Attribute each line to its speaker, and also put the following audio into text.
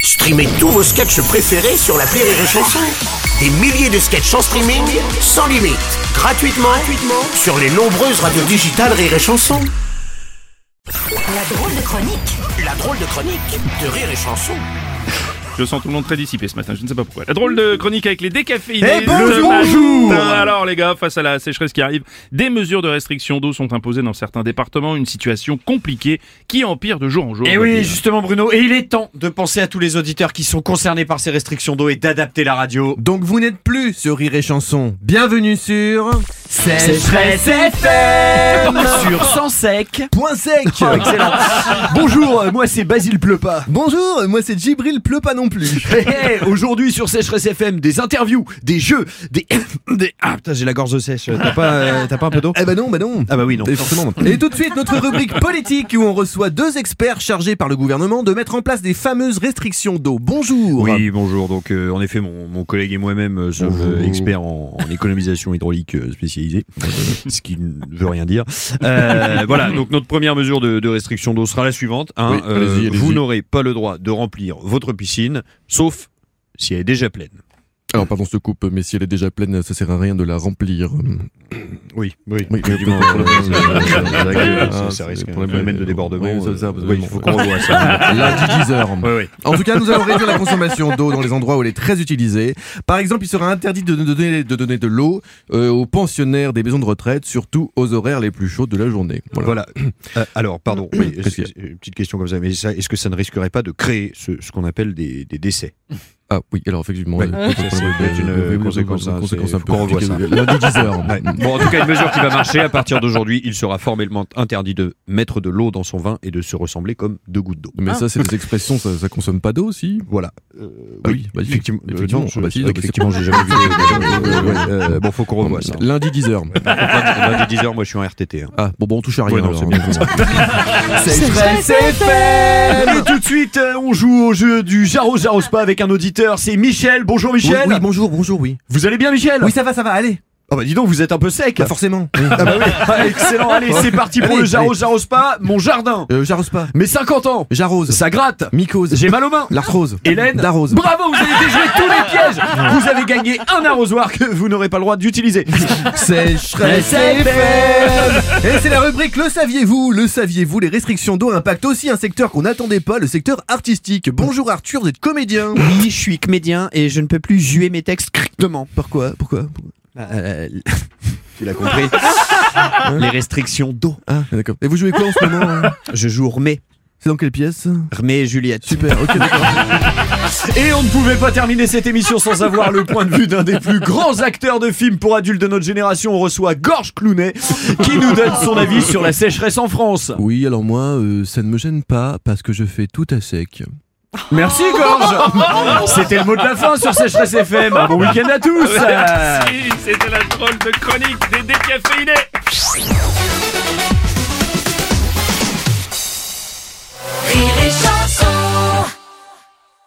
Speaker 1: Streamez tous vos sketchs préférés sur la Rire et Chanson. Des milliers de sketchs en streaming, sans limite, gratuitement, gratuitement sur les nombreuses radios digitales Rire et Chanson.
Speaker 2: La drôle de chronique
Speaker 1: La drôle de chronique de Rire et Chanson.
Speaker 3: Je sens tout le monde très dissipé ce matin, je ne sais pas pourquoi. La drôle de chronique avec les décaféinés.
Speaker 4: Eh, bonjour,
Speaker 3: le matin.
Speaker 4: bonjour.
Speaker 3: Alors les gars, face à la sécheresse qui arrive, des mesures de restriction d'eau sont imposées dans certains départements, une situation compliquée qui empire de jour en jour.
Speaker 4: Et
Speaker 3: on va
Speaker 4: Eh oui,
Speaker 3: dire.
Speaker 4: justement Bruno, et il est temps de penser à tous les auditeurs qui sont concernés par ces restrictions d'eau et d'adapter la radio.
Speaker 5: Donc vous n'êtes plus sur Rire et Chanson. Bienvenue sur
Speaker 4: Sécheresse FM sur sans sec.
Speaker 5: Point Sec.
Speaker 4: Excellent. Bonjour, euh, moi c'est Basile Pleut pas.
Speaker 5: Bonjour, euh, moi c'est Djibril pleut pas non plus.
Speaker 4: Hé, hé, Aujourd'hui sur Sécheresse FM, des interviews, des jeux, des... des... Ah putain, j'ai la gorge sèche. T'as pas, euh, t'as pas un peu d'eau
Speaker 5: Eh ben non, bah non.
Speaker 4: Ah bah oui, non.
Speaker 5: Et forcément. non. Et tout de suite notre rubrique politique où on reçoit deux experts chargés par le gouvernement de mettre en place des fameuses restrictions d'eau. Bonjour.
Speaker 6: Oui, bonjour. Donc, euh, en effet, mon, mon collègue et moi-même euh, sommes euh, experts en, en économisation hydraulique euh, spécialisée, ce qui ne veut rien dire. Euh, voilà, donc notre première mesure de, de restriction d'eau sera la suivante. hein. Euh, vous n'aurez pas le droit de remplir votre piscine, sauf si elle est déjà pleine.
Speaker 7: Alors Ah pardon, je te coupe, mais si elle est déjà pleine, ça sert à rien de la remplir.
Speaker 6: Oui, oui. euh,
Speaker 7: Oui,
Speaker 6: mais
Speaker 7: mais-
Speaker 6: ça, ça
Speaker 7: Ah, c'est
Speaker 6: risque
Speaker 7: le
Speaker 6: un
Speaker 7: problème.
Speaker 6: phénomène de débordement.
Speaker 7: Oui,
Speaker 6: euh,
Speaker 7: ça, ça, parce que
Speaker 6: oui,
Speaker 7: bon,
Speaker 6: il faut qu'on revoie ça.
Speaker 7: Lundi 10h.
Speaker 6: Oui, oui.
Speaker 5: En tout cas, nous allons réduire la consommation d'eau dans les endroits où elle est très utilisée. Par exemple, il sera interdit de, de donner, de donner de l'eau euh, aux pensionnaires des maisons de retraite, surtout aux horaires les plus chauds de la journée. Voilà.
Speaker 6: Voilà. Euh, alors, pardon, oui,
Speaker 7: Qu'est-ce qu'il y a
Speaker 6: est-ce- une petite question comme ça, mais ça, est-ce que ça ne risquerait pas de créer ce, ce qu'on appelle des, des décès
Speaker 7: Ah oui, alors effectivement,
Speaker 6: Ouais,
Speaker 7: euh,
Speaker 6: ça,
Speaker 7: euh,
Speaker 6: c'est
Speaker 7: euh,
Speaker 6: peut-être une,
Speaker 7: euh,
Speaker 6: euh, conséquence,
Speaker 7: une
Speaker 6: hein,
Speaker 7: conséquence
Speaker 6: c'est-
Speaker 7: un
Speaker 6: faut
Speaker 7: peu
Speaker 6: qu'on revoie
Speaker 7: compliquée. Lundi 10h.
Speaker 6: Ouais. Bon, en tout cas, une mesure qui va marcher. À partir d'aujourd'hui, il sera formellement interdit de mettre de l'eau dans son vin et de se ressembler comme deux gouttes d'eau. Ah.
Speaker 7: Mais ça, c'est des expressions, ça, ça consomme pas d'eau aussi
Speaker 6: Voilà. Euh,
Speaker 7: Ah oui, bah,
Speaker 6: effectivement. euh,
Speaker 7: effectivement.
Speaker 6: non,
Speaker 7: Ah bah si,
Speaker 6: euh,
Speaker 7: donc c'est
Speaker 6: effectivement,
Speaker 7: pas-
Speaker 6: j'ai jamais vu. de- de- de- ouais, euh, bon, faut qu'on revoie ça.
Speaker 7: Lundi 10h.
Speaker 6: Lundi 10h, moi je suis en RTT. hein.
Speaker 7: Ah bon, bon, on touche à rien.
Speaker 6: Ouais, non,
Speaker 7: alors. hein.
Speaker 6: c'est bien.
Speaker 4: Et tout de suite, euh, on joue au jeu du Jaro Jaro Spa avec un auditeur, c'est Michel. Bonjour
Speaker 5: Oui,
Speaker 4: Michel.
Speaker 5: oui, bonjour, bonjour, oui.
Speaker 4: Vous allez bien Michel
Speaker 5: Oui, ça va, ça va, allez.
Speaker 4: Ah bah dis donc, vous êtes un peu sec.
Speaker 5: Bah, forcément.
Speaker 4: Ah bah oui. Ah, excellent, allez, c'est parti pour
Speaker 5: Allez,
Speaker 4: le Jaro
Speaker 5: allez.
Speaker 4: Jaro Spa, mon jardin.
Speaker 5: Euh, j'arrose pas.
Speaker 4: Mes 50 ans,
Speaker 5: J'arrose.
Speaker 4: ça gratte.
Speaker 5: Mycose.
Speaker 4: J'ai mal aux mains.
Speaker 5: L'arthrose.
Speaker 4: Hélène,
Speaker 5: La rose.
Speaker 4: bravo, vous avez déjoué tous les pièges. Vous avez gagné un arrosoir que vous n'aurez pas le droit d'utiliser.
Speaker 5: Sécheresse
Speaker 4: Sécheresse
Speaker 5: FM. Et c'est la rubrique Le saviez-vous Le saviez-vous Les restrictions d'eau impactent aussi un secteur qu'on n'attendait pas, le secteur artistique. Bonjour Arthur, vous êtes comédien.
Speaker 8: Oui, je suis comédien et je ne peux plus juer mes textes correctement.
Speaker 5: Pourquoi Pourquoi
Speaker 8: Euh, tu l'as compris.
Speaker 5: Hein
Speaker 8: Les restrictions d'eau.
Speaker 5: Ah, d'accord. Et vous jouez quoi en ce moment hein
Speaker 8: Je joue Remé.
Speaker 5: C'est dans quelle pièce
Speaker 8: Remé et Juliette.
Speaker 5: Super, ok, d'accord.
Speaker 4: Et on ne pouvait pas terminer cette émission sans avoir le point de vue d'un des plus grands acteurs de films pour adultes de notre génération. On reçoit Gorge Clounet qui nous donne son avis sur la sécheresse en France.
Speaker 7: Oui, alors moi, euh, ça ne me gêne pas parce que je fais tout à sec.
Speaker 4: Merci Gorge C'était le mot de la fin sur Sécheresse FM. Un bon week-end à tous
Speaker 3: Ah Merci, C'était la drôle de chronique des décaféinés.